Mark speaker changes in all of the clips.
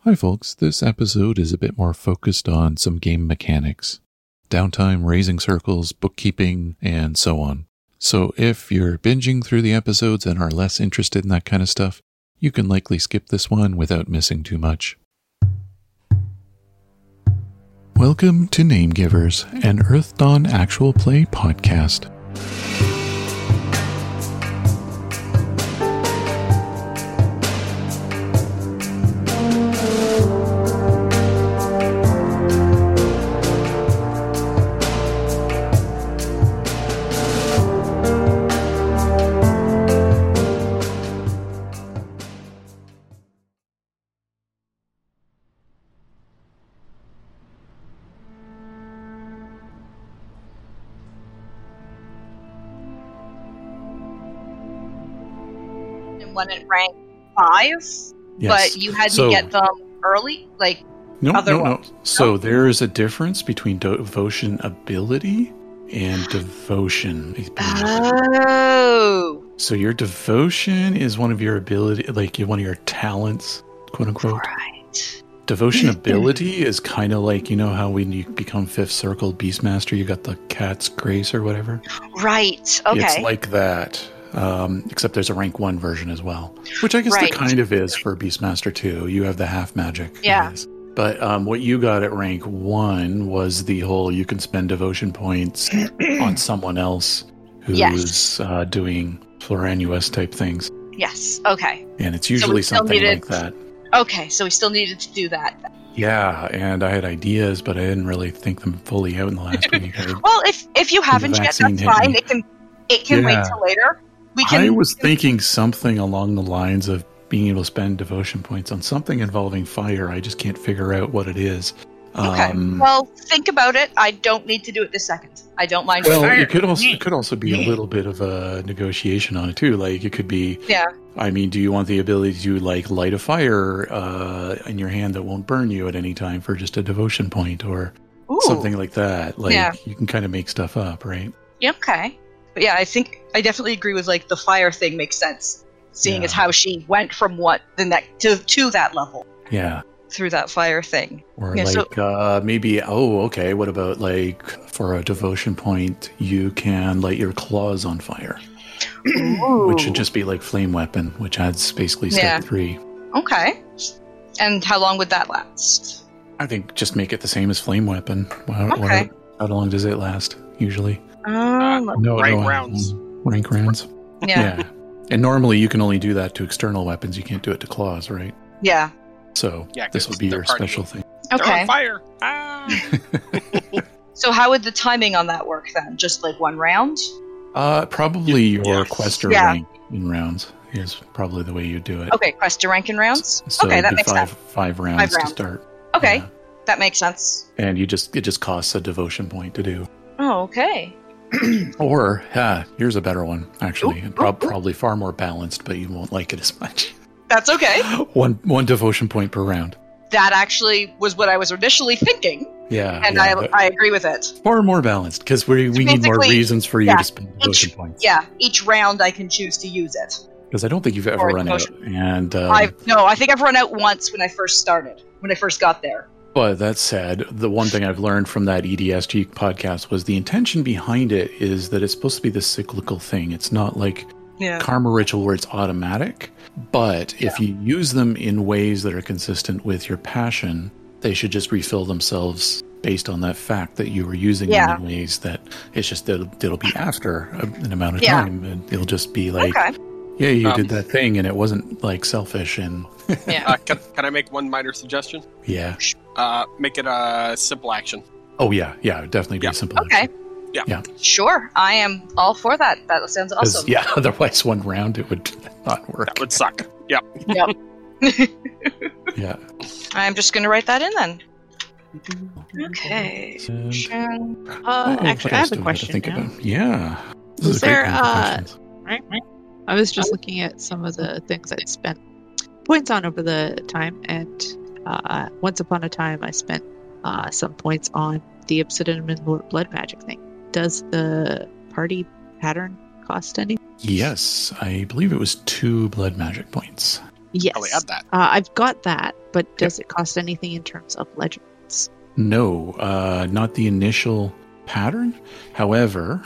Speaker 1: Hi, folks. This episode is a bit more focused on some game mechanics downtime, raising circles, bookkeeping, and so on. So, if you're binging through the episodes and are less interested in that kind of stuff, you can likely skip this one without missing too much. Welcome to Name Givers, an Earth Dawn actual play podcast.
Speaker 2: and one at rank five, but you had
Speaker 1: So-
Speaker 2: to get them early. Like,
Speaker 1: No,
Speaker 2: other
Speaker 1: no, no.
Speaker 2: ones.
Speaker 1: So
Speaker 2: No?
Speaker 1: there is a difference between devotion ability and devotion.
Speaker 2: Ah.
Speaker 1: Mm.
Speaker 2: oh,
Speaker 1: So your devotion is one of your ability, like one of your talents, quote unquote.
Speaker 2: right.
Speaker 1: Devotion ability is kind of like you know how when you become fifth circle beastmaster, you got the cat's grace or whatever.
Speaker 2: Right. Okay.
Speaker 1: It's like that. Um, except there's a rank one version as well, which I guess
Speaker 2: Right.
Speaker 1: there kind of is for Beastmaster 2. You have the half magic.
Speaker 2: Yeah.
Speaker 1: phase. But um, what you got at rank one was the whole you can spend devotion points on someone else who's
Speaker 2: Yes.
Speaker 1: uh, doing Floranuus type things.
Speaker 2: yes. Okay.
Speaker 1: And it's usually
Speaker 2: still
Speaker 1: something
Speaker 2: needed-
Speaker 1: like that.
Speaker 2: Okay. So we still needed to do that.
Speaker 1: Yeah. And I had ideas, but I didn't really think them fully out in the last week. I-
Speaker 2: Well, if if you haven't yet,
Speaker 1: vaccine
Speaker 2: that's
Speaker 1: hit
Speaker 2: fine.
Speaker 1: me.
Speaker 2: It can it can
Speaker 1: Yeah.
Speaker 2: wait till later. We can.
Speaker 1: I was thinking something along the lines of being able to spend devotion points on something involving fire. I just can't figure out what it is.
Speaker 2: okay.
Speaker 1: Um, well,
Speaker 2: well, think about it. I don't need to do it this second. I don't mind.
Speaker 3: Fire.
Speaker 1: it could also it could also be a little bit of a negotiation on it too. Like it could be,
Speaker 2: Yeah.
Speaker 1: I mean, do you want the ability to like light a fire uh, in your hand that won't burn you at any time for just a devotion point or
Speaker 2: Ooh.
Speaker 1: something like that? Like
Speaker 2: Yeah.
Speaker 1: you can kind of make stuff up, right?
Speaker 2: Yeah, okay. But yeah, I think I definitely agree with like the fire thing makes sense, seeing as
Speaker 1: Yeah.
Speaker 2: how she went from what the next to to that level
Speaker 1: Yeah.
Speaker 2: through that fire thing.
Speaker 1: Or
Speaker 2: Yeah, so-
Speaker 1: like uh, maybe oh okay, what about like for a devotion point you can light your claws on fire, which should just be like flame weapon, which adds basically step
Speaker 2: Yeah.
Speaker 1: three.
Speaker 2: okay. And how long would that last?
Speaker 1: I think just make it the same as flame weapon. Wow, what-
Speaker 2: Okay.
Speaker 1: how long does it last usually?
Speaker 2: Um,
Speaker 1: Uh,
Speaker 3: Rank rounds.
Speaker 1: Rank rounds.
Speaker 2: yeah,
Speaker 1: And normally you can only do that to external weapons. You can't do it to claws, right?
Speaker 2: yeah.
Speaker 1: So
Speaker 3: Yeah,
Speaker 1: this
Speaker 3: 'cause
Speaker 1: would be
Speaker 3: they're
Speaker 1: your
Speaker 3: party.
Speaker 1: special thing.
Speaker 3: They're
Speaker 2: Okay.
Speaker 3: on fire. Ah.
Speaker 2: So how would the timing on that work then? Just like one round?
Speaker 1: Uh, probably your
Speaker 3: Yes.
Speaker 1: quester
Speaker 2: Yeah.
Speaker 1: rank in rounds is probably the way you do it.
Speaker 2: Okay, quest to rank in rounds.
Speaker 1: So
Speaker 2: okay, that
Speaker 1: do
Speaker 2: makes
Speaker 1: five,
Speaker 2: sense.
Speaker 1: five rounds
Speaker 2: Five
Speaker 1: to
Speaker 2: rounds.
Speaker 1: start.
Speaker 2: Okay,
Speaker 1: Yeah.
Speaker 2: that makes sense.
Speaker 1: And you just it just costs a devotion point to do.
Speaker 2: Oh, okay.
Speaker 1: Or yeah, here's a better one actually,
Speaker 2: Ooh,
Speaker 1: and prob-
Speaker 2: ooh, ooh.
Speaker 1: probably far more balanced, but you won't like it as much.
Speaker 2: That's okay.
Speaker 1: one one devotion point per round.
Speaker 2: That actually was what I was initially thinking,
Speaker 1: Yeah,
Speaker 2: and
Speaker 1: yeah,
Speaker 2: I
Speaker 1: but
Speaker 2: I agree with it.
Speaker 1: far more balanced because we we need more
Speaker 2: Basically,
Speaker 1: reasons for you
Speaker 2: yeah,
Speaker 1: to spend devotion points.
Speaker 2: Yeah, each round I can choose to use it.
Speaker 1: Because I don't think you've ever
Speaker 2: Or
Speaker 1: run out.
Speaker 2: devotion.
Speaker 1: And um,
Speaker 2: I've no, I think I've run out once when I first started, when I first got there.
Speaker 1: But that said, the one thing I've learned from that E EDSG podcast was the intention behind it is that it's supposed to be this cyclical thing. It's not like
Speaker 4: Uh-huh.
Speaker 2: Yeah.
Speaker 1: karma ritual where it's automatic, but if you use them in ways that are consistent with your passion, they should just refill themselves based on that fact that you were using
Speaker 2: Yeah.
Speaker 1: them in ways that it's just that it'll, it'll be after a- an amount of
Speaker 2: Yeah.
Speaker 1: time and it'll just be like,
Speaker 2: Okay.
Speaker 1: yeah, you
Speaker 3: Um,
Speaker 1: did that thing and it wasn't like selfish and
Speaker 2: Yeah.
Speaker 3: uh, can, can I make one minor suggestion?
Speaker 1: yeah.
Speaker 3: Uh, make it a simple action.
Speaker 1: Oh yeah, yeah, it would definitely
Speaker 3: Yeah.
Speaker 1: be simple.
Speaker 2: Okay.
Speaker 3: Yeah.
Speaker 1: Yeah.
Speaker 2: Sure. I am all for that. That sounds
Speaker 1: 'Cause,
Speaker 2: awesome.
Speaker 1: Yeah, otherwise one round it would not work.
Speaker 3: That would suck. Yeah.
Speaker 2: Yep.
Speaker 1: yeah.
Speaker 2: I'm just gonna write that in then. Okay.
Speaker 1: And-
Speaker 2: Action.
Speaker 4: Uh,
Speaker 1: Oh, what
Speaker 4: actually, I
Speaker 1: else do
Speaker 4: have a
Speaker 1: we gotta
Speaker 4: question
Speaker 1: think
Speaker 4: now.
Speaker 1: about? Yeah. This
Speaker 4: Was
Speaker 1: is a great
Speaker 4: there,
Speaker 1: one for
Speaker 4: uh,
Speaker 1: questions.
Speaker 4: Right, right. I was just looking at some of the things I spent points on over the time, and uh, once upon a time, I spent uh, some points on the Obsidian and Lord Blood Magic thing. Does the party pattern cost any?
Speaker 1: Yes, I believe it was two blood magic points.
Speaker 4: Yes.
Speaker 3: How we add that?
Speaker 4: Uh, I've got that, but does it cost anything in terms of legends?
Speaker 1: No, uh, not the initial pattern. However,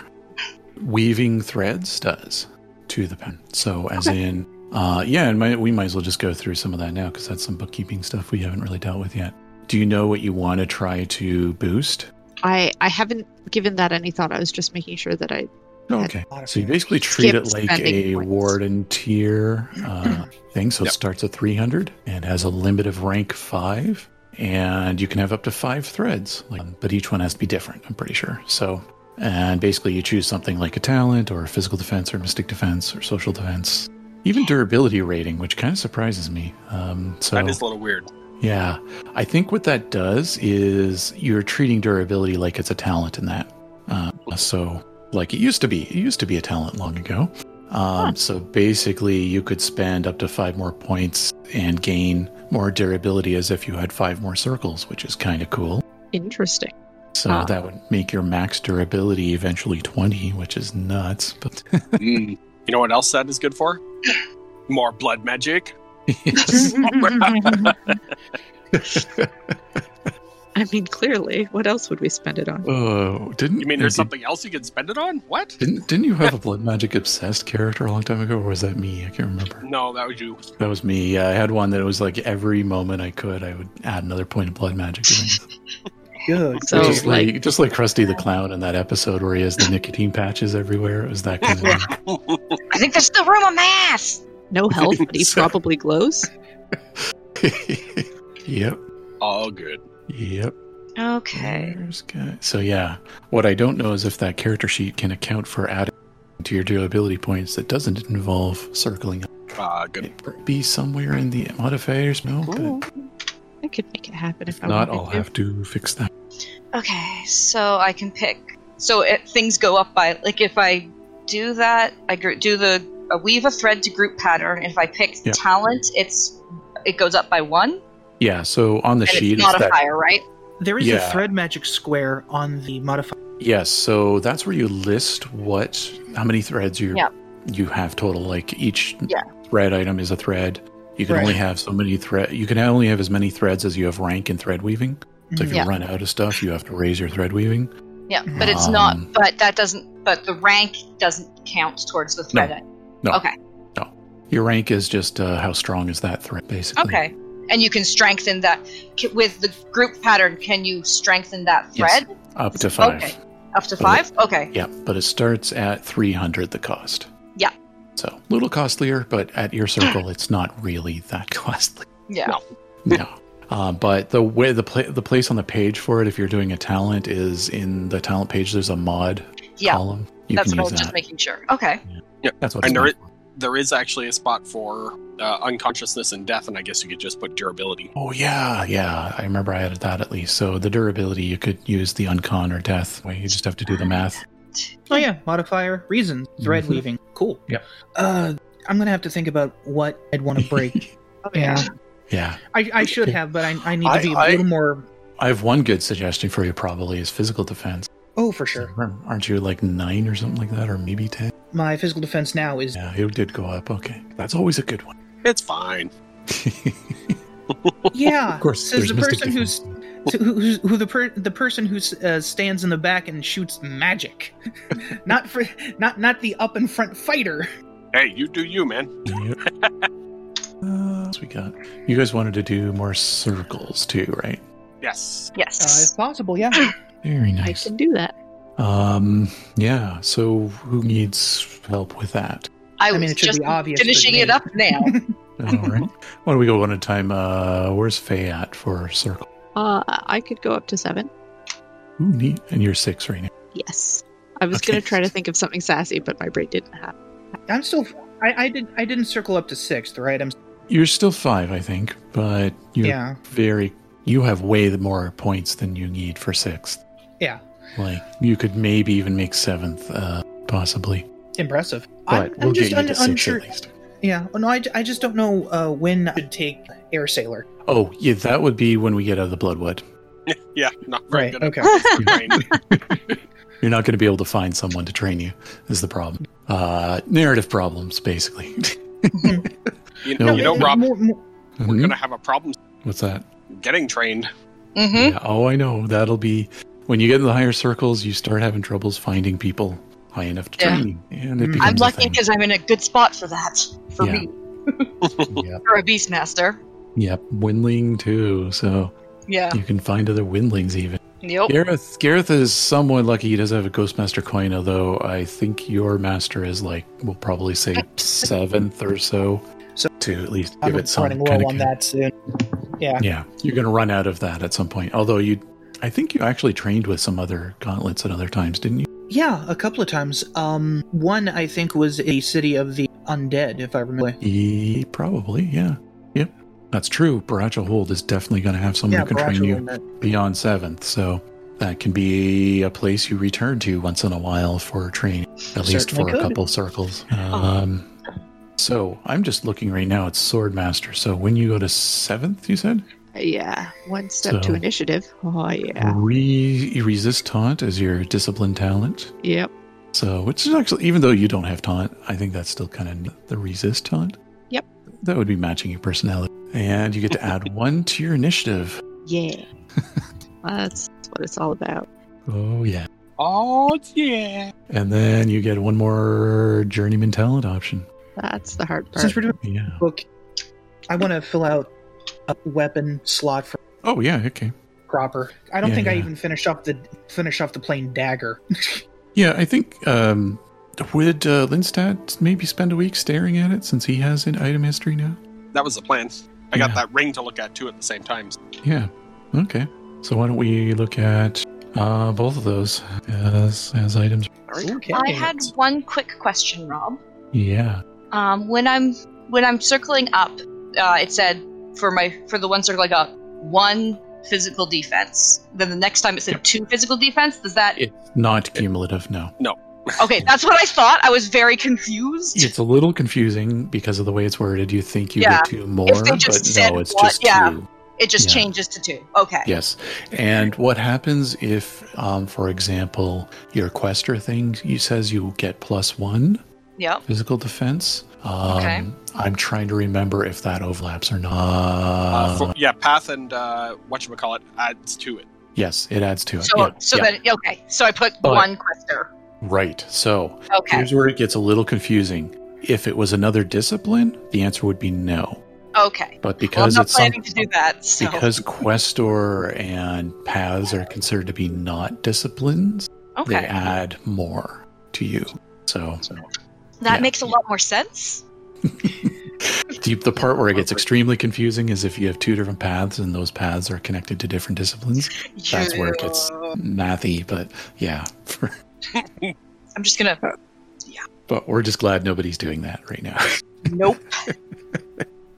Speaker 1: weaving threads does to the pen. So, as in, uh, yeah, and might, we might as well just go through some of that now because that's some bookkeeping stuff we haven't really dealt with yet. Do you know what you want to try to boost?
Speaker 4: I I haven't given that any thought. I was just making sure that I Yeah.
Speaker 1: Okay. So you basically treat it
Speaker 4: Skip
Speaker 1: like a
Speaker 4: spending points.
Speaker 1: warden tier uh, thing. So it
Speaker 3: Yep.
Speaker 1: starts at 300 and has a limit of rank five. And you can have up to five threads, like, but each one has to be different, I'm pretty sure. So, and basically you choose something like a talent or a physical defense or mystic defense or social defense, even durability rating, which kind of surprises me. Um, so
Speaker 3: That is a little weird.
Speaker 1: yeah. I think what that does is you're treating durability like it's a talent in that. Uh, so, like it used to be, it used to be a talent long ago. Um, So basically, you could spend up to five more points and gain more durability as if you had five more circles, which is kind of cool.
Speaker 4: interesting.
Speaker 1: So
Speaker 4: Ah.
Speaker 1: that would make your max durability eventually 20, which is nuts. But
Speaker 3: Mm. You know what else that is good for? More blood magic.
Speaker 1: yes.
Speaker 4: I mean, clearly, what else would we spend it on?
Speaker 1: oh, didn't
Speaker 3: You mean there's
Speaker 1: did-
Speaker 3: something else you can spend it on? What?
Speaker 1: Didn't didn't you have a blood magic obsessed character a long time ago, or was that me? I can't remember.
Speaker 3: No, that was you.
Speaker 1: That was me. Yeah, I had one that was like every moment I could, I would add another point of blood magic. To things.
Speaker 5: Good.
Speaker 4: So,
Speaker 1: just like,
Speaker 4: like-
Speaker 1: just like Krusty the Clown in that episode where he has the nicotine patches everywhere. It was that kind of.
Speaker 2: I think there's still room on my ass.
Speaker 4: No health, but he
Speaker 1: So-
Speaker 4: probably glows.
Speaker 1: yep.
Speaker 3: All good.
Speaker 1: Yep.
Speaker 2: Okay.
Speaker 1: There's guy- So yeah, what I don't know is if that character sheet can account for adding to your durability points that doesn't involve circling.
Speaker 3: Uh, good.
Speaker 1: It might be somewhere in the modifiers. No, but
Speaker 4: I could make it happen if, I
Speaker 1: not.
Speaker 4: wanted
Speaker 1: I'll
Speaker 4: to.
Speaker 1: have to fix that.
Speaker 2: Okay, so I can pick. So it, things go up by like if I do that, I gr- do the I weave a thread to group pattern. If I pick
Speaker 1: Yeah.
Speaker 2: talent, it's it goes up by one,
Speaker 1: Yeah. So on the
Speaker 2: and
Speaker 1: sheet,
Speaker 2: it's
Speaker 1: it's that-
Speaker 2: modifier, right?
Speaker 5: There is
Speaker 1: Yeah.
Speaker 5: a thread magic square on the modifier.
Speaker 1: Yes, so that's where you list what how many threads you
Speaker 2: Yeah.
Speaker 1: you have total. Like each
Speaker 2: Yeah.
Speaker 1: thread item is a thread. You can
Speaker 5: Right.
Speaker 1: only have so many thread. You can only have as many threads as you have rank in thread weaving. So if you
Speaker 2: Yeah.
Speaker 1: run out of stuff, you have to raise your thread weaving.
Speaker 2: Yeah, but it's not.
Speaker 1: Um,
Speaker 2: But that doesn't. But the rank doesn't count towards the thread. end.
Speaker 1: No.
Speaker 2: Okay.
Speaker 1: Your rank is just uh, how strong is that thread, basically.
Speaker 2: Okay. And you can strengthen that c- with the group pattern. Can you strengthen that
Speaker 1: Yes.
Speaker 2: thread
Speaker 1: Up to five.
Speaker 2: Okay. up to
Speaker 1: Okay.
Speaker 2: five? Okay.
Speaker 1: Yeah, but it starts at three hundred the cost.
Speaker 2: Yeah.
Speaker 1: So a little costlier, but at your circle, it's not really that costly.
Speaker 2: Yeah.
Speaker 1: No. Uh, but the way the pla- the place on the page for it, if you're doing a talent, is in the talent page. There's a mod
Speaker 2: Yeah.
Speaker 1: column. You
Speaker 2: That's
Speaker 1: can
Speaker 2: what I
Speaker 1: use
Speaker 2: was just
Speaker 1: that.
Speaker 2: making sure. Okay.
Speaker 1: That's what.
Speaker 3: And
Speaker 1: It's
Speaker 3: there
Speaker 1: meant
Speaker 3: There is actually a spot for uh, unconsciousness and death, and I guess you could just put durability.
Speaker 1: for. Oh yeah, yeah. I remember I added that at least. So the durability, you could use the uncon or death. Well, You just have to do the math.
Speaker 5: Oh yeah, modifier, reason, thread
Speaker 1: Mhm.
Speaker 5: weaving. Cool.
Speaker 1: Yep.
Speaker 5: Uh, I'm gonna have to think about what I'd want to break.
Speaker 4: Oh,
Speaker 5: yeah.
Speaker 1: Yeah.
Speaker 5: I, I should have, but I, I need
Speaker 1: I-
Speaker 5: to be a
Speaker 1: I-
Speaker 5: little more.
Speaker 1: I have one good suggestion for you. Probably is physical defense.
Speaker 5: Oh, for sure.
Speaker 1: Aren't you like nine or something like that, or maybe ten?
Speaker 5: My physical defense now is
Speaker 1: Yeah, it did go up. Okay, that's always a good one.
Speaker 3: It's fine.
Speaker 5: yeah.
Speaker 1: of course,
Speaker 5: Says
Speaker 1: there's
Speaker 5: the
Speaker 1: mystic
Speaker 5: person who's,
Speaker 1: defense.
Speaker 5: who, who's who the per, the person who s- uh, stands in the back and shoots magic, not for not not the up in front fighter.
Speaker 3: Hey, you do you, man.
Speaker 1: Yep. Uh, what else we got? You guys wanted to do more circles too, right?
Speaker 3: Yes.
Speaker 5: Uh,
Speaker 2: Yes.
Speaker 5: if possible, yeah.
Speaker 1: Very
Speaker 4: I
Speaker 1: nice.
Speaker 4: can do that.
Speaker 1: Um, yeah. So who needs help with that?
Speaker 2: I
Speaker 5: I
Speaker 2: was
Speaker 5: mean, it should
Speaker 2: just
Speaker 5: be obvious. for
Speaker 2: finishing it
Speaker 5: me.
Speaker 2: up now.
Speaker 1: All right. Why don't we go one at a time? Uh, where's Faye at for circle?
Speaker 4: Uh, I could go up to seven.
Speaker 1: Ooh, neat. And you're six right now.
Speaker 4: Yes. I was
Speaker 1: Okay.
Speaker 4: going to try to think of something sassy, but my brain didn't have.
Speaker 5: I'm still. I, I did. I didn't circle up to sixth, right? I'm.
Speaker 1: You're still five, I think, but you're
Speaker 5: Yeah.
Speaker 1: very. You have way more points than you need for sixth.
Speaker 5: Yeah.
Speaker 1: Like you could maybe even make seventh, uh, possibly.
Speaker 5: Impressive.
Speaker 1: But
Speaker 5: I'm,
Speaker 1: we'll
Speaker 5: I'm
Speaker 1: get
Speaker 5: just
Speaker 1: you
Speaker 5: un-
Speaker 1: to six
Speaker 5: unsure.
Speaker 1: at least.
Speaker 5: Yeah. No, I, I just don't know uh, when I should take air sailor.
Speaker 1: Oh, yeah, that would be when we get out of the Bloodwood.
Speaker 3: Yeah. Not very good. at
Speaker 5: Okay.
Speaker 3: brain.
Speaker 1: You're not going to be able to find someone to train you, is the problem. Uh, narrative problems, basically.
Speaker 3: You,
Speaker 1: No.
Speaker 3: you know,
Speaker 5: but
Speaker 3: Rob,
Speaker 5: more- more-
Speaker 3: we're
Speaker 1: Mhm.
Speaker 3: going to have a problem
Speaker 1: What's that?
Speaker 3: getting trained.
Speaker 2: Mm-hmm.
Speaker 1: Yeah, oh, I know. That'll be when you get in the higher circles, you start having troubles finding people high enough to
Speaker 2: Yeah.
Speaker 1: train, and it
Speaker 5: Mm.
Speaker 1: becomes
Speaker 2: I'm
Speaker 1: a
Speaker 2: lucky
Speaker 1: thing.
Speaker 2: because I'm in a good spot for that. For
Speaker 1: Yeah.
Speaker 2: me,
Speaker 1: yep,
Speaker 2: for a beastmaster.
Speaker 1: yep, windling too. So
Speaker 2: Yeah. Oh.
Speaker 1: you can find other windlings even.
Speaker 2: Yep.
Speaker 1: Gareth, Gareth is somewhat lucky. He does have a Ghostmaster coin, although I think your master is like we'll probably say seventh or so,
Speaker 5: So-
Speaker 1: to at least
Speaker 5: I'm
Speaker 1: give it some
Speaker 5: running
Speaker 1: kind
Speaker 5: low
Speaker 1: of
Speaker 5: on that soon. Yeah.
Speaker 1: Yeah, you're going to run out of that at some point. Although you, I think you actually trained with some other gauntlets at other times, didn't you?
Speaker 5: Yeah, a couple of times. Um, one I think was a city of the undead, if I remember.
Speaker 1: E, probably, yeah, yep. That's true. Baracha Hold is definitely going to have someone
Speaker 5: yeah,
Speaker 1: who can train
Speaker 5: Barachel
Speaker 1: you
Speaker 5: and that.
Speaker 1: beyond seventh, so that can be a place you return to once in a while for training, at least for
Speaker 5: Certainly
Speaker 1: a
Speaker 5: could.
Speaker 1: couple circles. Um, so I'm just looking right now. It's Swordmaster. So when you go to seventh, you said
Speaker 4: Uh, Yeah, one step
Speaker 1: So-
Speaker 4: to initiative. Oh yeah.
Speaker 1: Re- you resist taunt as your discipline talent.
Speaker 4: Yep.
Speaker 1: So, which is actually, even though you don't have taunt, I think that's still kind of the resist taunt.
Speaker 4: Yep.
Speaker 1: That would be matching your personality. And you get to add one to your initiative.
Speaker 4: Yeah. That's what it's all about.
Speaker 1: Oh, yeah.
Speaker 3: Oh, yeah.
Speaker 1: And then you get one more journeyman talent option.
Speaker 4: That's the hard part.
Speaker 5: Since we're doing
Speaker 1: Yeah.
Speaker 5: a book, I want to fill out a weapon slot for
Speaker 1: Oh, yeah. Okay.
Speaker 5: proper. I don't
Speaker 1: Yeah,
Speaker 5: think I
Speaker 1: yeah.
Speaker 5: even finished off the finish off the plain dagger.
Speaker 1: Yeah. I think, um, would uh, Lindstad maybe spend a week staring at it since he has an item history now?
Speaker 3: That was the plan. I got
Speaker 1: Yeah.
Speaker 3: that ring to look at too at the same time.
Speaker 1: Yeah. Okay. So, why don't we look at uh, both of those as, as items?
Speaker 5: Okay.
Speaker 2: I had one quick question, Rob.
Speaker 1: Yeah.
Speaker 2: Um, when I'm when I'm circling up, uh, it said for my for the one circle I got one physical defense. Then the next time it said two physical defense. Does that
Speaker 1: It's not cumulative, no.
Speaker 2: okay? That's what I thought. I was very confused.
Speaker 1: It's a little confusing because of the way it's worded. You think you
Speaker 2: Yeah.
Speaker 1: get two more,
Speaker 2: they just
Speaker 1: but
Speaker 2: said
Speaker 1: no, it's
Speaker 2: what-
Speaker 1: just
Speaker 2: yeah.
Speaker 1: two.
Speaker 2: It just
Speaker 1: yeah.
Speaker 2: changes to two. Okay.
Speaker 1: Yes. And what happens if, um, for example, your quester thing you says you get plus one
Speaker 2: Yep.
Speaker 1: physical defense? Um,
Speaker 2: Okay.
Speaker 1: I'm trying to remember if that overlaps or not.
Speaker 3: Uh, for, yeah, path and uh, whatchamacallit adds to it.
Speaker 1: yes, it adds to it.
Speaker 2: So
Speaker 1: Yeah,
Speaker 2: so
Speaker 1: yeah. Oh,
Speaker 2: then okay. So I put
Speaker 1: But-
Speaker 2: one quester.
Speaker 1: right. So
Speaker 2: Okay.
Speaker 1: here's where it gets a little confusing. If it was another discipline, the answer would be no.
Speaker 2: Okay.
Speaker 1: But
Speaker 2: Well, I'm
Speaker 1: because
Speaker 2: not
Speaker 1: it's some-
Speaker 2: planning to do that. So
Speaker 1: Because Questor and Paths are considered to be not disciplines,
Speaker 2: okay.
Speaker 1: they add more to you. So,
Speaker 2: that
Speaker 1: yeah.
Speaker 2: makes a lot more sense.
Speaker 1: the, the part where it gets extremely confusing is if you have two different paths and those paths are connected to different disciplines. That's where it gets
Speaker 2: Yeah.
Speaker 1: mathy, but yeah.
Speaker 2: I'm just gonna.
Speaker 1: but we're just glad nobody's doing that right now.
Speaker 2: Nope.
Speaker 3: I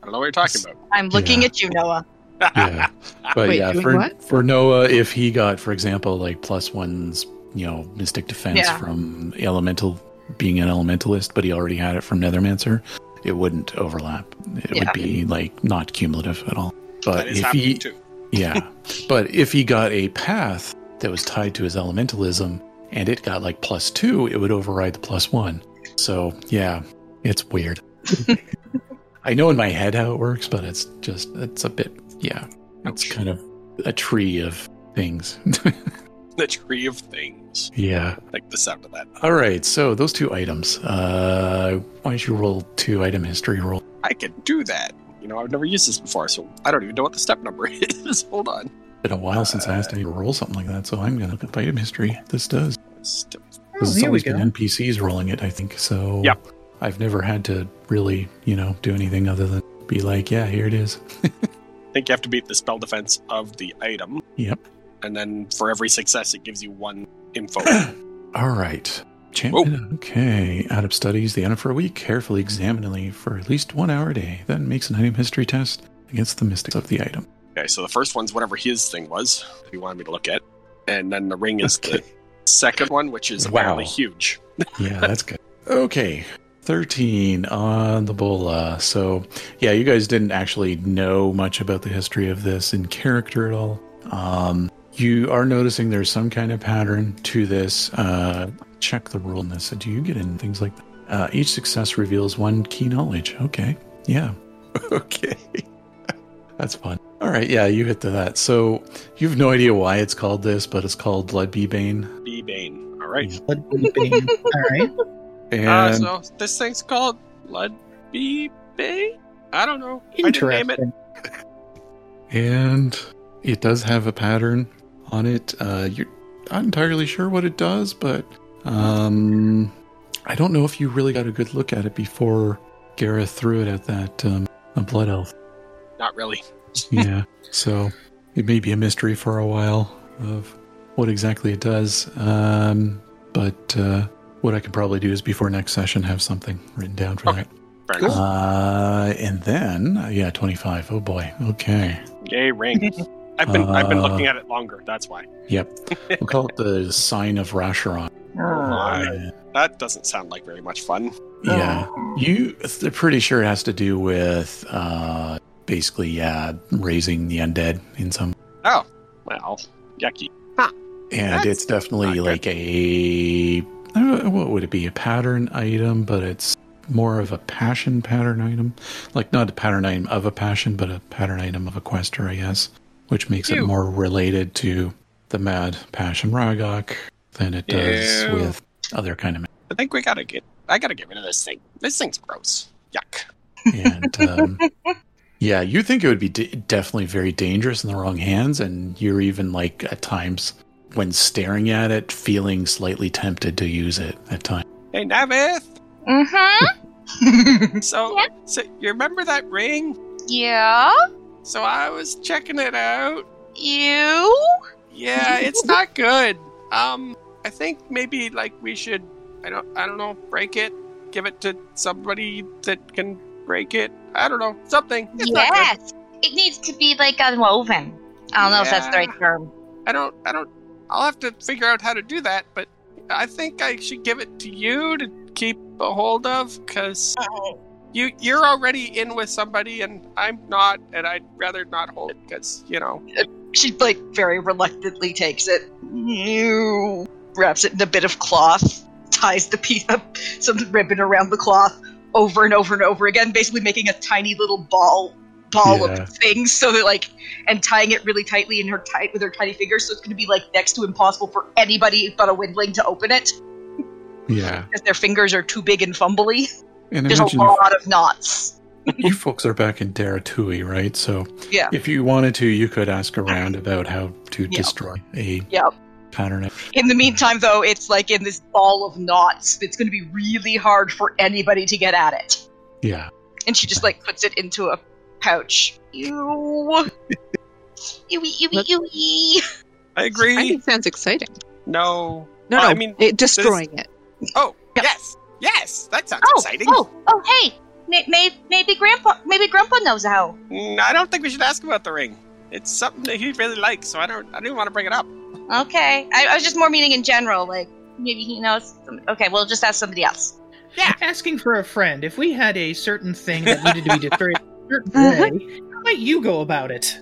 Speaker 3: don't know what you're talking about.
Speaker 2: I'm looking at you, Noah.
Speaker 1: yeah. But
Speaker 4: Wait,
Speaker 1: yeah,
Speaker 4: doing
Speaker 1: for,
Speaker 4: what?
Speaker 1: for Noah, if he got, for example, like plus one's, you know, mystic defense
Speaker 2: Yeah.
Speaker 1: from elemental, being an elementalist, but he already had it from Nethermancer, it wouldn't overlap. It
Speaker 2: Yeah.
Speaker 1: would be like not cumulative at all.
Speaker 3: that
Speaker 1: But
Speaker 3: is
Speaker 1: if
Speaker 3: happening
Speaker 1: he,
Speaker 3: too.
Speaker 1: yeah, but if he got a path that was tied to his elementalism and it got like plus two, it would override the plus one. So yeah, it's weird. I know in my head how it works, but it's just it's a bit yeah. It's
Speaker 3: Ouch.
Speaker 1: kind of a tree of things.
Speaker 3: The tree of things.
Speaker 1: yeah.
Speaker 3: I like the sound of that.
Speaker 1: All right. So those two items. Uh, why don't you roll two item history roll?
Speaker 3: I can do that. You know, I've never used this before, so I don't even know what the step number is. Hold on.
Speaker 1: It's been a while since I asked you to roll something like that, so I'm gonna look up item history. This does.
Speaker 3: Step-
Speaker 5: Oh,
Speaker 1: Because it's
Speaker 5: here we
Speaker 1: always
Speaker 5: go.
Speaker 1: been NPCs rolling it, I think. So
Speaker 3: Yep.
Speaker 1: I've never had to really, you know, do anything other than be like, yeah, here it is.
Speaker 3: I think you have to beat the spell defense of the item.
Speaker 1: Yep.
Speaker 3: And then for every success, it gives you one info.
Speaker 1: All right. Champion. Okay. Out of studies, the item for a week, carefully examining for at least one hour a day, then makes an item history test against the mystics of the item.
Speaker 3: okay, so the first one's whatever his thing was, if you wanted me to look at. And then the ring is
Speaker 1: Okay.
Speaker 3: the second one, which is
Speaker 1: Wow.
Speaker 3: apparently huge.
Speaker 1: yeah, that's good. Okay. 13 on the Bola. So, yeah, you guys didn't actually know much about the history of this in character at all. Um, you are noticing there's some kind of pattern to this. Uh, check the rule in this. Do you get in things like that? Uh, each success reveals one key knowledge. Okay. Yeah. okay. That's fun. All right, yeah, you hit to that. So you have no idea why it's called this, but it's called Bloodbee Bane.
Speaker 3: B Bane. All right.
Speaker 5: Blood weeping. All right.
Speaker 1: And
Speaker 3: Uh, so this thing's called Blood Bee Bane? I don't know. I didn't name it.
Speaker 5: Interesting.
Speaker 1: and it does have a pattern on it. Uh, you're not entirely sure what it does, but um, I don't know if you really got a good look at it before Gareth threw it at that um, blood elf.
Speaker 3: Not really.
Speaker 1: yeah. So it may be a mystery for a while of what exactly it does. Um, but uh, what I can probably do is before next session have something written down for
Speaker 3: Okay. Fair
Speaker 5: Cool.
Speaker 3: enough.
Speaker 1: that. Uh, and then uh, yeah, twenty five. Oh boy. Okay.
Speaker 3: Yay, ring. I've been I've been
Speaker 1: Uh,
Speaker 3: looking at it longer. That's why.
Speaker 1: Yep. We'll call it the sign of Rasharon. Uh,
Speaker 3: That doesn't sound like very much fun.
Speaker 1: yeah. You. They're pretty sure it has to do with uh, basically yeah raising the undead in some
Speaker 3: Well, yucky.
Speaker 1: and
Speaker 3: That's
Speaker 1: it's definitely
Speaker 3: not
Speaker 1: like a uh, what would it be a pattern item but it's more of a passion pattern item like not a pattern item of a passion but a pattern item of a quester i guess which makes it
Speaker 3: Ew.
Speaker 1: more related to the mad passion ragok than it does
Speaker 3: Ew.
Speaker 1: with other kind of
Speaker 3: I think we gotta get I gotta get rid of this thing. This thing's gross. Yuck.
Speaker 1: and um, yeah, you think it would be d- definitely very dangerous in the wrong hands, and you're even like at times when staring at it, feeling slightly tempted to use it at times.
Speaker 3: Hey Navith!
Speaker 2: Mm-hmm.
Speaker 3: So,
Speaker 2: Yeah.
Speaker 3: so you remember that ring?
Speaker 2: yeah.
Speaker 3: So I was checking it out.
Speaker 2: You.
Speaker 3: Yeah, it's not good. Um, I think maybe like we should. I don't. I don't know. Break it. Give it to somebody that can break it. I don't know. Something. It's not good.
Speaker 2: Yes. It needs to be like unwoven. I don't know if that's the right
Speaker 3: Yeah.
Speaker 2: term.
Speaker 3: I don't. I don't. I'll have to figure out how to do that. But I think I should give it to you to keep a hold of, because you you're already in with somebody, and I'm not, and I'd rather not hold it, because you know.
Speaker 2: She like very reluctantly takes it. You wraps it in a bit of cloth, ties the piece up some ribbon around the cloth over and over and over again, basically making a tiny little ball ball
Speaker 1: Yeah.
Speaker 2: of things so that like and tying it really tightly in her tight with her tiny fingers so it's gonna be like next to impossible for anybody but a windling to open it
Speaker 1: Yeah,
Speaker 2: because their fingers are too big and fumbly.
Speaker 1: and
Speaker 2: There's a
Speaker 1: imagine you,
Speaker 2: lot of knots.
Speaker 1: you folks are back in Daratui, right? So
Speaker 2: Yeah.
Speaker 1: if you wanted to, you could ask around about how to
Speaker 2: Yeah.
Speaker 1: destroy a
Speaker 2: Yeah.
Speaker 1: pattern.
Speaker 2: In the meantime, though, it's like in this ball of knots that's going to be really hard for anybody to get at it.
Speaker 1: Yeah,
Speaker 2: And she just like puts it into a pouch. Ew. Ewy, ewy,
Speaker 4: Let-
Speaker 2: ewy.
Speaker 3: I
Speaker 4: I
Speaker 3: agree.
Speaker 4: think sounds exciting.
Speaker 3: No.
Speaker 4: No,
Speaker 3: Well,
Speaker 4: no,
Speaker 3: I mean,
Speaker 4: it, destroying it.
Speaker 3: Oh,
Speaker 2: Yeah.
Speaker 3: yes. Yes, that sounds
Speaker 2: Oh,
Speaker 3: exciting.
Speaker 2: oh, oh, hey. May, may, maybe grandpa, maybe grandpa knows how.
Speaker 3: Mm, I don't think we should ask about the ring. It's something that he really likes, so I don't I didn't want to bring it up.
Speaker 2: Okay, I, I was just more meaning in general, like maybe he knows. some- Okay, we'll just ask somebody else.
Speaker 5: Asking for a friend. If we had a certain thing that needed to be destroyed, a certain way, how might you go about it?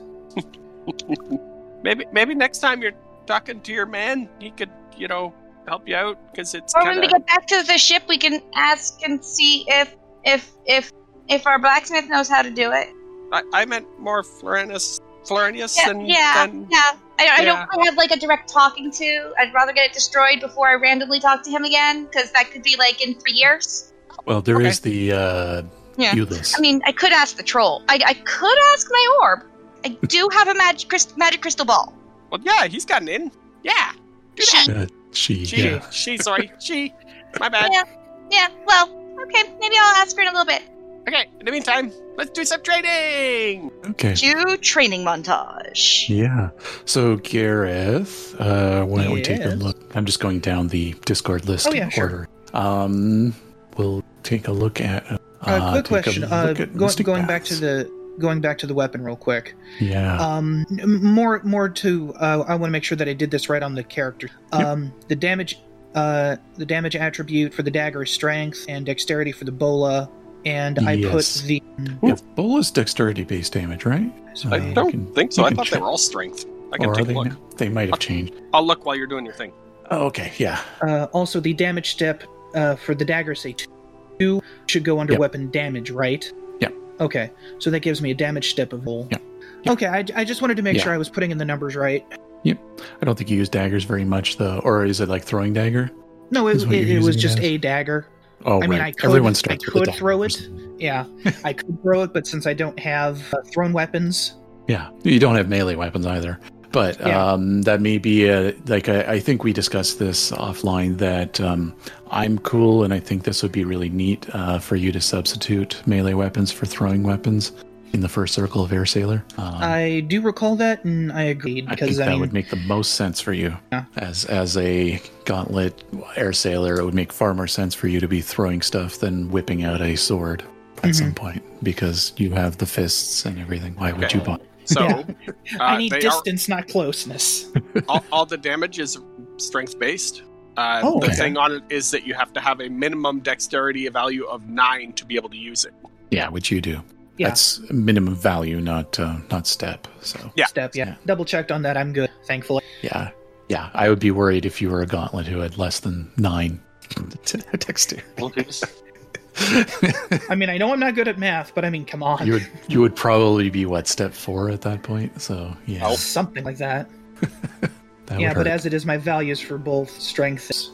Speaker 3: Maybe maybe next time you're talking to your man, he could, you know, help you out cuz it's
Speaker 2: Or when
Speaker 3: kind
Speaker 2: we
Speaker 3: of
Speaker 2: get back to the ship, we can ask and see if if if if our blacksmith knows how to do it.
Speaker 3: I, I meant more Florinus Florinius
Speaker 2: Yeah,
Speaker 3: than,
Speaker 2: yeah,
Speaker 3: than
Speaker 2: yeah. I, I
Speaker 3: Yeah.
Speaker 2: don't really have like a direct talking to. I'd rather get it destroyed before I randomly talk to him again, because that could be like in three years.
Speaker 1: well, there
Speaker 3: Okay.
Speaker 1: is the uh,
Speaker 2: Yeah.
Speaker 1: Ulyss.
Speaker 2: I mean, I could ask the troll. I, I could ask my orb. I do have a magic crystal, magic crystal ball.
Speaker 3: Well, yeah, he's got an in. Yeah. Do
Speaker 2: She-
Speaker 3: that.
Speaker 1: Uh, she,
Speaker 3: She,
Speaker 1: yeah.
Speaker 3: she, sorry. She. My bad.
Speaker 2: Yeah. Yeah. Well, okay. Maybe I'll ask for it in a little bit.
Speaker 3: Okay, in the meantime, let's do some trading.
Speaker 1: Okay.
Speaker 2: Do training montage.
Speaker 1: Yeah. So Gareth, uh, why don't we take a
Speaker 5: Yes.
Speaker 1: look? I'm just going down the Discord list
Speaker 5: Oh, yeah, sure.
Speaker 1: order. Um, we'll take a look at. Uh,
Speaker 5: Uh, quick
Speaker 1: take a
Speaker 5: question. Uh,
Speaker 1: look at
Speaker 5: go,
Speaker 1: Mystic
Speaker 5: going back to
Speaker 1: Paths.
Speaker 5: the going back to the weapon real quick.
Speaker 1: Yeah.
Speaker 5: Um, n- more more to uh, I want to make sure that I did this right on the character. Um, the damage, uh, the damage attribute for the dagger is strength and dexterity for the bola, and I
Speaker 1: Yes.
Speaker 5: put the.
Speaker 1: yeah. Bolus dexterity based damage, right?
Speaker 3: I
Speaker 1: Uh, you
Speaker 3: don't
Speaker 1: can-
Speaker 3: think so.
Speaker 1: you
Speaker 3: I
Speaker 1: can
Speaker 3: thought
Speaker 1: check.
Speaker 3: they were all strength. I
Speaker 1: Or
Speaker 3: can
Speaker 1: are
Speaker 3: take a
Speaker 1: they
Speaker 3: look.
Speaker 1: now? They might have changed.
Speaker 3: I'll look while you're doing your thing.
Speaker 1: Oh, okay. Yeah.
Speaker 5: Uh, also, the damage step uh, for the dagger say two should go under
Speaker 1: Yep.
Speaker 5: weapon damage, right?
Speaker 1: Yep.
Speaker 5: Okay, so that gives me a damage step of roll.
Speaker 1: Yeah. Yeah.
Speaker 5: Okay, I, I just wanted to make
Speaker 1: Yeah.
Speaker 5: sure I was putting in the numbers right.
Speaker 1: I don't think you use daggers very much, though. Or is it like throwing dagger?
Speaker 5: No, it,
Speaker 1: Is what
Speaker 5: it,
Speaker 1: you're
Speaker 5: it was
Speaker 1: using it
Speaker 5: just
Speaker 1: as?
Speaker 5: a dagger.
Speaker 1: Oh,
Speaker 5: I mean,
Speaker 1: right.
Speaker 5: I could-
Speaker 1: Everyone
Speaker 5: I
Speaker 1: starts with
Speaker 5: could
Speaker 1: a dagger
Speaker 5: throw
Speaker 1: or
Speaker 5: it.
Speaker 1: something.
Speaker 5: Yeah, I could throw it, but since I don't have uh, thrown weapons,
Speaker 1: Yeah, you don't have melee weapons either. But
Speaker 5: Yeah.
Speaker 1: um, that may be a, like I, I think we discussed this offline. That um, I'm cool, and I think this would be really neat uh, for you to substitute melee weapons for throwing weapons in the first circle of Air Sailor. Um,
Speaker 5: I do recall that, and I agreed
Speaker 1: I
Speaker 5: Uh, because
Speaker 1: think
Speaker 5: I,
Speaker 1: that
Speaker 5: mean,
Speaker 1: would make the most sense for you
Speaker 5: Yeah.
Speaker 1: as as a gauntlet air sailor. It would make far more sense for you to be throwing stuff than whipping out a sword at
Speaker 5: Mm-hmm.
Speaker 1: some point because you have the fists and everything. Why would
Speaker 3: Okay.
Speaker 1: you buy?
Speaker 3: So
Speaker 5: Yeah.
Speaker 3: uh,
Speaker 5: I need
Speaker 3: they are-
Speaker 5: distance, not closeness.
Speaker 3: all, all the damage is strength based. Uh,
Speaker 1: Oh,
Speaker 3: the
Speaker 1: okay.
Speaker 3: thing on it is that you have to have a minimum dexterity value of nine to be able to use it.
Speaker 1: Yeah, which you do.
Speaker 5: Yeah.
Speaker 1: That's minimum value, not uh, not step. So
Speaker 3: Yeah.
Speaker 5: Step, yeah.
Speaker 1: Yeah.
Speaker 5: Double checked on that. I'm good, thankfully.
Speaker 1: yeah, yeah. I would be worried if you were a gauntlet who had less than nine dexterity.
Speaker 5: I mean, I know I'm not good at math, but I mean, come on,
Speaker 1: you would you would probably be what step four at that point. So yeah,
Speaker 5: something like that.
Speaker 1: that
Speaker 5: Oh. yeah,
Speaker 1: would
Speaker 5: but
Speaker 1: hurt.
Speaker 5: as it is, my values for both strength. and-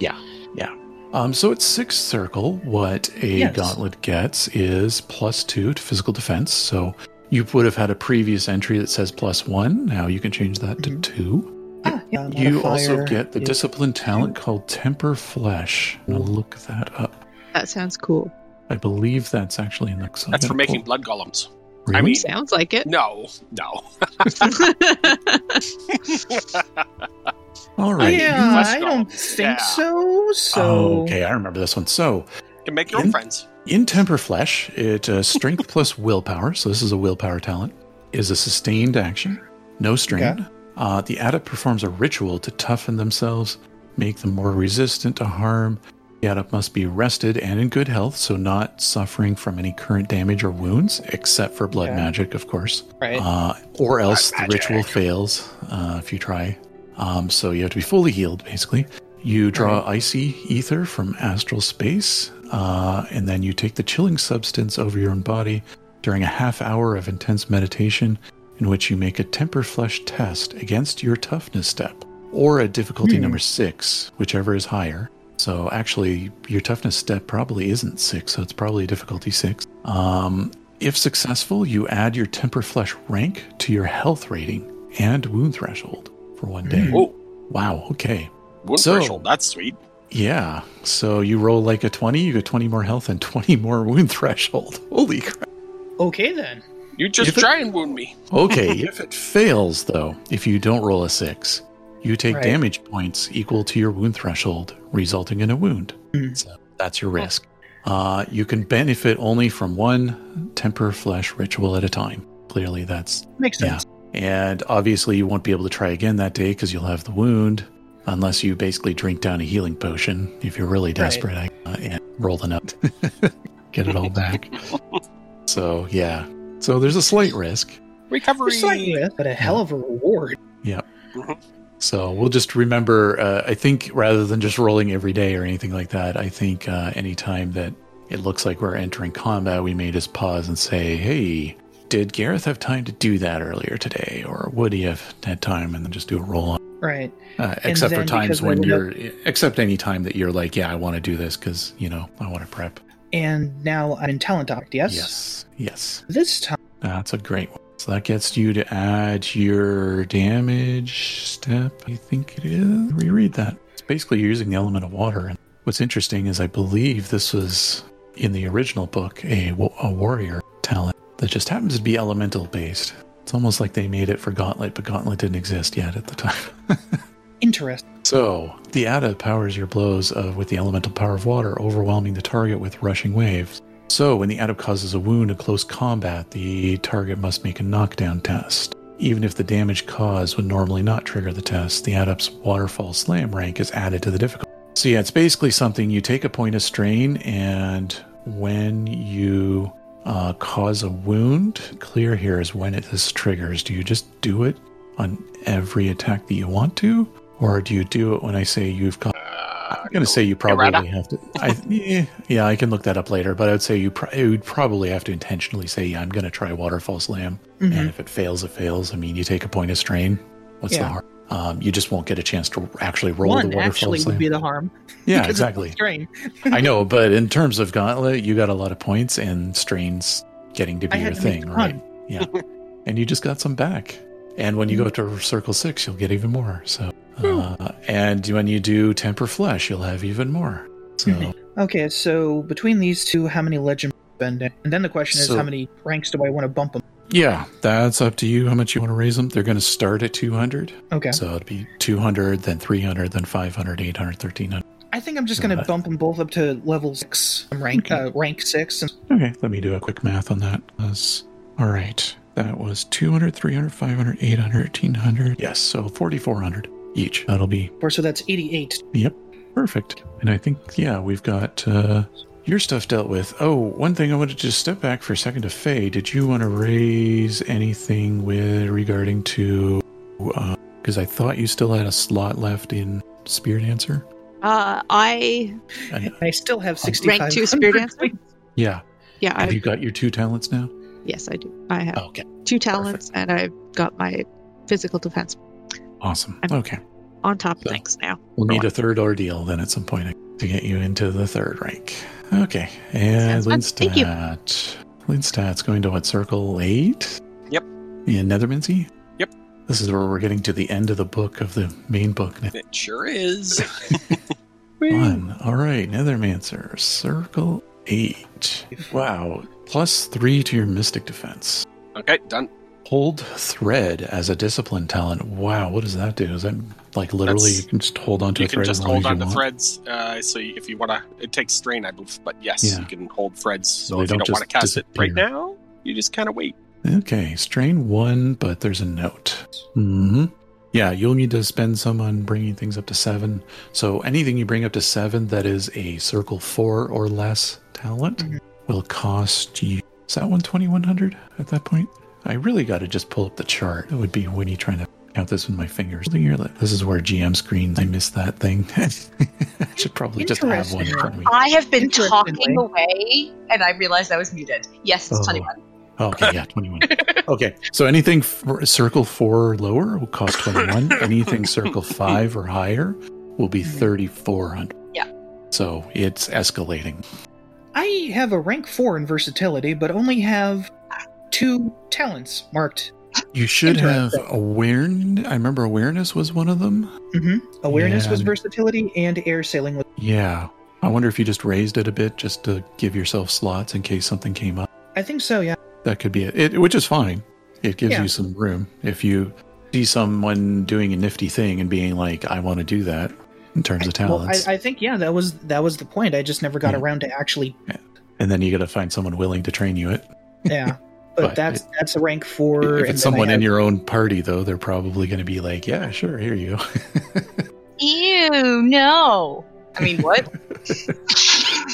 Speaker 1: Um, so at sixth circle, what a
Speaker 5: Yes.
Speaker 1: gauntlet gets is plus two to physical defense. So you would have had a previous entry that says plus one. Now you can change that
Speaker 5: Mhm.
Speaker 1: to two.
Speaker 5: Ah, yeah,
Speaker 1: You also
Speaker 5: modifier
Speaker 1: get the
Speaker 5: is-
Speaker 1: discipline talent called Temper Flesh. Now look that up.
Speaker 4: That sounds cool.
Speaker 1: I believe that's actually in the. so I'm
Speaker 3: That's for
Speaker 1: gonna
Speaker 3: making
Speaker 1: pull-
Speaker 3: blood golems.
Speaker 1: Really?
Speaker 3: I mean-
Speaker 4: Sounds like it.
Speaker 3: No, no.
Speaker 1: all right.
Speaker 5: Yeah,
Speaker 3: Let's
Speaker 5: I
Speaker 3: go.
Speaker 5: don't think
Speaker 3: Yeah.
Speaker 5: so. So
Speaker 1: Oh, okay, I remember this one. So
Speaker 3: Can make your
Speaker 1: In-
Speaker 3: own friends.
Speaker 1: In Temper Flesh, it uh, strength plus willpower, so this is a willpower talent, is a sustained action, no strain.
Speaker 5: Okay.
Speaker 1: Uh, the adept performs a ritual to toughen themselves, make them more resistant to harm. The adept must be rested and in good health, so not suffering from any current damage or wounds, except for blood
Speaker 5: Okay.
Speaker 1: magic, of course.
Speaker 5: right.
Speaker 1: Uh, or else the
Speaker 3: Black magic.
Speaker 1: ritual fails uh, if you try. Um, so you have to be fully healed, basically. You draw icy ether from astral space, uh, and then you take the chilling substance over your own body during a half hour of intense meditation in which you make a temper flush test against your toughness step or a difficulty
Speaker 5: Hmm.
Speaker 1: number six, whichever is higher. So actually, your toughness step probably isn't six, so it's probably a difficulty six. Um, if successful, you add your temper flesh rank to your health rating and wound threshold for one day.
Speaker 5: Hmm.
Speaker 3: Oh,
Speaker 1: Wow. Okay.
Speaker 3: wound
Speaker 1: So-
Speaker 3: threshold. That's sweet.
Speaker 1: Yeah. So you roll like a 20, you get 20 more health and 20 more wound threshold. Holy crap.
Speaker 5: Okay then.
Speaker 3: You just
Speaker 1: If it-
Speaker 3: try and wound me.
Speaker 1: Okay, if it fails, though, if you don't roll a six, you take
Speaker 5: Right.
Speaker 1: damage points equal to your wound threshold, resulting in a wound.
Speaker 5: Hmm.
Speaker 1: So that's your risk. Uh, you can benefit only from one temper flesh ritual at a time. Clearly, that's.
Speaker 5: Makes
Speaker 1: Yeah.
Speaker 5: sense.
Speaker 1: And obviously, you won't be able to try again that day because you'll have the wound, unless you basically drink down a healing potion if you're really desperate I, uh, and roll the nut. Get it all back. so, yeah. So there's a slight risk.
Speaker 3: Recovery.
Speaker 5: Slightly, but a hell of a reward.
Speaker 1: So we'll just remember. Uh, I think rather than just rolling every day or anything like that, I think uh, any time that it looks like we're entering combat, we may just pause and say, "Hey, did Gareth have time to do that earlier today, or would he have had time?" And then just do a roll on.
Speaker 5: Right.
Speaker 1: Uh, except for
Speaker 5: then
Speaker 1: times
Speaker 5: because
Speaker 1: when
Speaker 5: we're
Speaker 1: you're, except any time that you're like, "Yeah, I want to do this because you know I want to prep."
Speaker 5: And now I'm in talent object, yes?
Speaker 1: yes, yes.
Speaker 5: This time
Speaker 1: That's a great one. So that gets you to add your damage step. I think it is. Reread that. It's basically you're using the element of water. And what's interesting is I believe this was in the original book a, wa- a warrior talent that just happens to be elemental based. It's almost like they made it for Gauntlet, but Gauntlet didn't exist yet at the time.
Speaker 5: interesting.
Speaker 1: So, the Ada powers your blows uh, with the elemental power of water, overwhelming the target with rushing waves. So, when the Ada causes a wound in close combat, the target must make a knockdown test. Even if the damage caused would normally not trigger the test, the Adept's Waterfall Slam rank is added to the difficulty. So, yeah, it's basically something you take a point of strain, and when you uh, cause a wound, clear here is when it this triggers. Do you just do it on every attack that you want to? Or do you do it when I say you've got?
Speaker 3: Uh,
Speaker 1: I'm gonna say you
Speaker 3: Errata.
Speaker 1: probably have to. I, yeah, yeah, I can look that up later, but I would say you pro- you would probably have to intentionally say, "Yeah, I'm gonna try waterfall slam," and
Speaker 5: Mhm.
Speaker 1: if it fails, it fails. I mean, you take a point of strain. What's the
Speaker 5: Yeah.
Speaker 1: harm? Um, you just won't get a chance to actually roll
Speaker 5: One
Speaker 1: the waterfall
Speaker 5: actually
Speaker 1: slam.
Speaker 5: would be the harm.
Speaker 1: yeah,
Speaker 5: because of the
Speaker 1: exactly.
Speaker 5: Strain.
Speaker 1: I know, but in terms of gauntlet, you got a lot of points, and strains getting to
Speaker 5: I
Speaker 1: be your
Speaker 5: had to make
Speaker 1: thing,
Speaker 5: the
Speaker 1: right? Yeah, and you just got some back. And when you
Speaker 5: Mm-hmm.
Speaker 1: go to circle six, you'll get even more. So, uh, and when you do temper flesh, you'll have even more. So,
Speaker 5: Mhm. Okay, so between these two, how many legend spending? And then the question is,
Speaker 1: So-
Speaker 5: how many ranks do I want to bump them?
Speaker 1: yeah, that's up to you how much you want to raise them. They're going to start at 200.
Speaker 5: Okay,
Speaker 1: So it'd be 200, then 300, then 500, 800, 1300.
Speaker 5: I think I'm just gonna
Speaker 1: Alright.
Speaker 5: bump them both up to level six, um, rank uh, rank six, and
Speaker 1: Okay, let me do a quick math on that. That's- all right, that was 200, 300, 500, 800, 1800. Yes, so 4400 each. That'll be
Speaker 5: four, so that's 88.
Speaker 1: perfect. And I think, yeah, we've got uh, your stuff dealt with. Oh, one thing I wanted to just step back for a second to Faye. Did you want to raise anything with regarding to. Because I thought you still had a slot left in Spear Dancer?
Speaker 4: Uh, I
Speaker 1: And,
Speaker 5: I still have 65.
Speaker 4: rank two spirit dancer.
Speaker 1: yeah.
Speaker 4: Yeah,
Speaker 1: Have
Speaker 4: I
Speaker 1: you Oh, got your two talents now?
Speaker 4: yes, I do. I have
Speaker 1: Okay.
Speaker 4: two talents, and I've got my physical defense
Speaker 1: Awesome.
Speaker 4: I'm-
Speaker 1: Okay.
Speaker 4: on top of
Speaker 1: So-
Speaker 4: things now.
Speaker 1: We'll need a third ordeal then at some point to get you into the third rank. Okay. And
Speaker 4: Sounds fun. Thank you.
Speaker 1: Linstat. Linstat's going to what, circle eight?
Speaker 3: Yep.
Speaker 1: In Nethermincy?
Speaker 3: Yep.
Speaker 1: This is where we're getting to the end of the book of the main book. now.
Speaker 3: It sure is.
Speaker 1: One. All right. Nethermancer. Circle eight. Wow. Plus three to your mystic defense.
Speaker 3: Okay, done.
Speaker 1: Hold thread as a discipline talent. Wow, what does that do? Is that like literally
Speaker 3: That's-
Speaker 1: you can just hold on to
Speaker 3: You
Speaker 1: a thread
Speaker 3: can just
Speaker 1: as long as
Speaker 3: hold on
Speaker 1: you
Speaker 3: to
Speaker 1: want?
Speaker 3: threads. Uh, so you- if you want to, it takes strain, I believe. But yes,
Speaker 1: Yeah.
Speaker 3: you can hold threads. So
Speaker 1: they
Speaker 3: if you
Speaker 1: don't
Speaker 3: don't want to
Speaker 1: just
Speaker 3: cast it right
Speaker 1: disappear.
Speaker 3: now, you just kind of wait.
Speaker 1: Okay, strain one, but there's a note. hmm Yeah, you'll need to spend some on bringing things up to seven. So anything you bring up to seven that is a circle four or less talent
Speaker 5: Mhm.
Speaker 1: will cost you. Is that one twenty one hundred at that point? I really got to just pull up the chart. It would be Winnie trying to count this with my fingers. Look here, This is where GM screens. I missed that thing. I should probably just have one in front of me.
Speaker 2: I have been
Speaker 5: Interestingly.
Speaker 2: talking away, and I realized I was muted. Yes, it's
Speaker 1: Oh.
Speaker 2: 21.
Speaker 1: Oh, okay, yeah, 21. okay, so anything f- circle four or lower will cost 21. anything circle five or higher will be
Speaker 5: Mhm.
Speaker 1: 3,400.
Speaker 2: Yeah.
Speaker 1: So it's escalating.
Speaker 5: I have a rank four in versatility, but only have two talents marked.
Speaker 1: You should have
Speaker 5: Interesting.
Speaker 1: awareness. I remember awareness was one of them.
Speaker 5: hmm Awareness was
Speaker 1: Yeah.
Speaker 5: versatility, and air sailing was.
Speaker 1: Yeah. I wonder if you just raised it a bit just to give yourself slots in case something came up.
Speaker 5: I think so. Yeah.
Speaker 1: That could be it, it which is fine. It gives
Speaker 5: Yeah.
Speaker 1: you some room. If you see someone doing a nifty thing and being like, I want to do that in terms of
Speaker 5: Well,
Speaker 1: talents.
Speaker 5: I, I think yeah, that was that was the point. I just never got
Speaker 1: Yeah.
Speaker 5: around to actually.
Speaker 1: and then you got to find someone willing to train you it.
Speaker 5: Yeah. But,
Speaker 1: But
Speaker 5: that's that's a rank four.
Speaker 1: if
Speaker 5: and
Speaker 1: it's
Speaker 5: then I
Speaker 1: someone
Speaker 5: have-
Speaker 1: in your own party, though, they're probably going to be like, "Yeah, sure, here you go."
Speaker 2: Ew, no. I mean, what?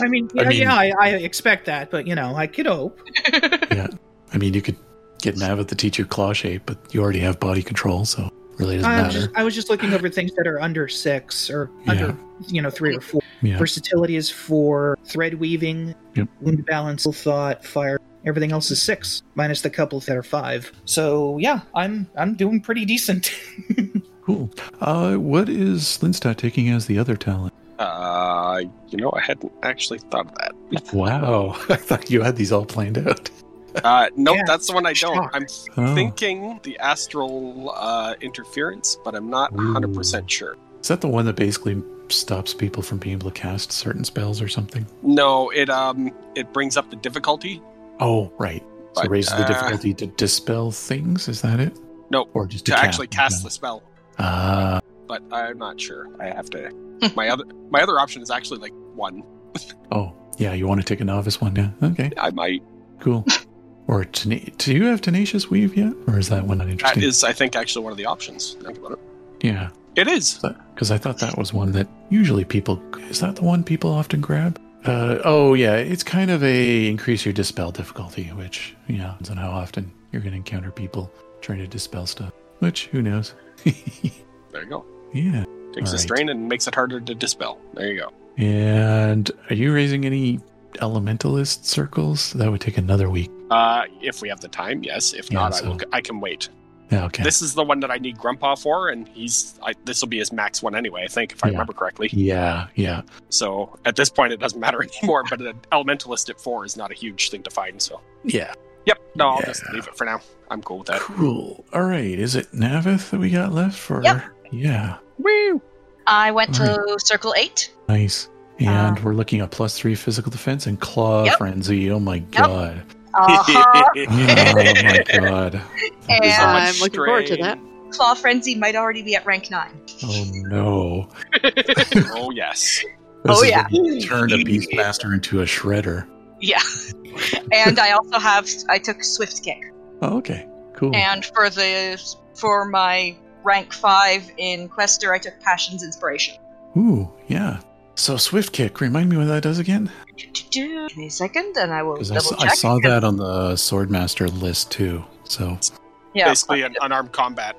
Speaker 5: I mean, yeah,
Speaker 1: mean-
Speaker 5: yeah, I, I expect that, but you know, I could hope.
Speaker 1: I mean, you could get Navit to teach you claw shape, but you already have body control, so it really doesn't
Speaker 5: I was,
Speaker 1: matter.
Speaker 5: just, I was just looking over things that are under six or under, you know, three or four.
Speaker 1: yeah,
Speaker 5: Versatility is four. Thread weaving,
Speaker 1: Yep.
Speaker 5: wound balance, ill thought, fire. Everything else is six, minus the couple that are five. So yeah, I'm I'm doing pretty decent.
Speaker 1: cool. Uh, what is Lindstat taking as the other talent?
Speaker 3: Uh, you know, I hadn't actually thought of that.
Speaker 1: Wow, I thought you had these all planned out.
Speaker 3: Uh, nope,
Speaker 5: Yeah,
Speaker 3: that's the one I don't.
Speaker 5: shock.
Speaker 3: I'm
Speaker 1: Oh.
Speaker 3: thinking the astral uh, interference, but I'm not 100% sure.
Speaker 1: Is that the one that basically stops people from being able to cast certain spells or something?
Speaker 3: No, it um, it brings up the difficulty.
Speaker 1: Oh, right. So
Speaker 3: But,
Speaker 1: raises the
Speaker 3: uh,
Speaker 1: difficulty to dispel things. Is that it?
Speaker 3: Nope,
Speaker 1: Or just
Speaker 3: to
Speaker 1: to,
Speaker 3: actually cast
Speaker 1: Okay.
Speaker 3: the spell,
Speaker 1: Ah,
Speaker 3: but I'm not sure. I have to. my other my other option is actually like one.
Speaker 1: Oh, yeah, you want to take a novice one, yeah? Okay,
Speaker 3: I might.
Speaker 1: cool. or tena- do you have tenacious weave yet, or is that one not
Speaker 3: That
Speaker 1: interesting?
Speaker 3: is, I think, actually one of the options. Think about it.
Speaker 1: yeah,
Speaker 3: It is.
Speaker 1: because I thought that was one that usually people is that the one people often grab. Uh, oh yeah, it's kind of a increase your dispel difficulty, which yeah, depends on how often you're going to encounter people trying to dispel stuff. Which who knows?
Speaker 3: There you go.
Speaker 1: yeah.
Speaker 3: Takes
Speaker 1: All
Speaker 3: a
Speaker 1: right.
Speaker 3: strain and makes it harder to dispel. There you go.
Speaker 1: And are you raising any elementalist circles? That would take another week.
Speaker 3: Uh, if we have the time, yes. If
Speaker 1: Yeah,
Speaker 3: not, I
Speaker 1: so-
Speaker 3: will. I can wait.
Speaker 1: Yeah, okay.
Speaker 3: This is the one that I need Grumpa for, and he's. I, this will be his max one anyway. I think, if I
Speaker 1: Yeah.
Speaker 3: remember correctly.
Speaker 1: yeah, yeah.
Speaker 3: So at this point, it doesn't matter anymore. But an elementalist at four is not a huge thing to find. So
Speaker 1: Yeah.
Speaker 3: yep. No, I'll just
Speaker 1: Yeah.
Speaker 3: leave it for now. I'm cool with that.
Speaker 1: Cool. All right. Is it Navith that we got left for?
Speaker 2: Yep.
Speaker 1: Yeah.
Speaker 2: I went to circle eight.
Speaker 1: Nice. And we're looking at plus three physical defense and claw
Speaker 2: Uh, Yep.
Speaker 1: frenzy. Oh my god.
Speaker 2: Uh-huh.
Speaker 1: Oh my god.
Speaker 2: And-
Speaker 3: So much
Speaker 4: I'm looking forward to that.
Speaker 3: strain.
Speaker 2: Claw Frenzy might already be at rank nine.
Speaker 1: Oh no.
Speaker 3: oh yes.
Speaker 2: Oh,
Speaker 1: is
Speaker 2: yeah.
Speaker 1: when you Turn a beastmaster into a shredder.
Speaker 2: Yeah. and I also have I took Swift Kick.
Speaker 1: Oh, okay. Cool.
Speaker 2: And for the for my rank five in Quester, I took Passion's Inspiration.
Speaker 1: Ooh, yeah. So swift kick. Remind me what that does again?
Speaker 2: Do-do-do. Give me a second, and I will
Speaker 1: Because I,
Speaker 2: double
Speaker 1: s- I
Speaker 2: check.
Speaker 1: saw that on the swordmaster list too. So
Speaker 2: Yeah.
Speaker 3: Basically, an unarmed combat.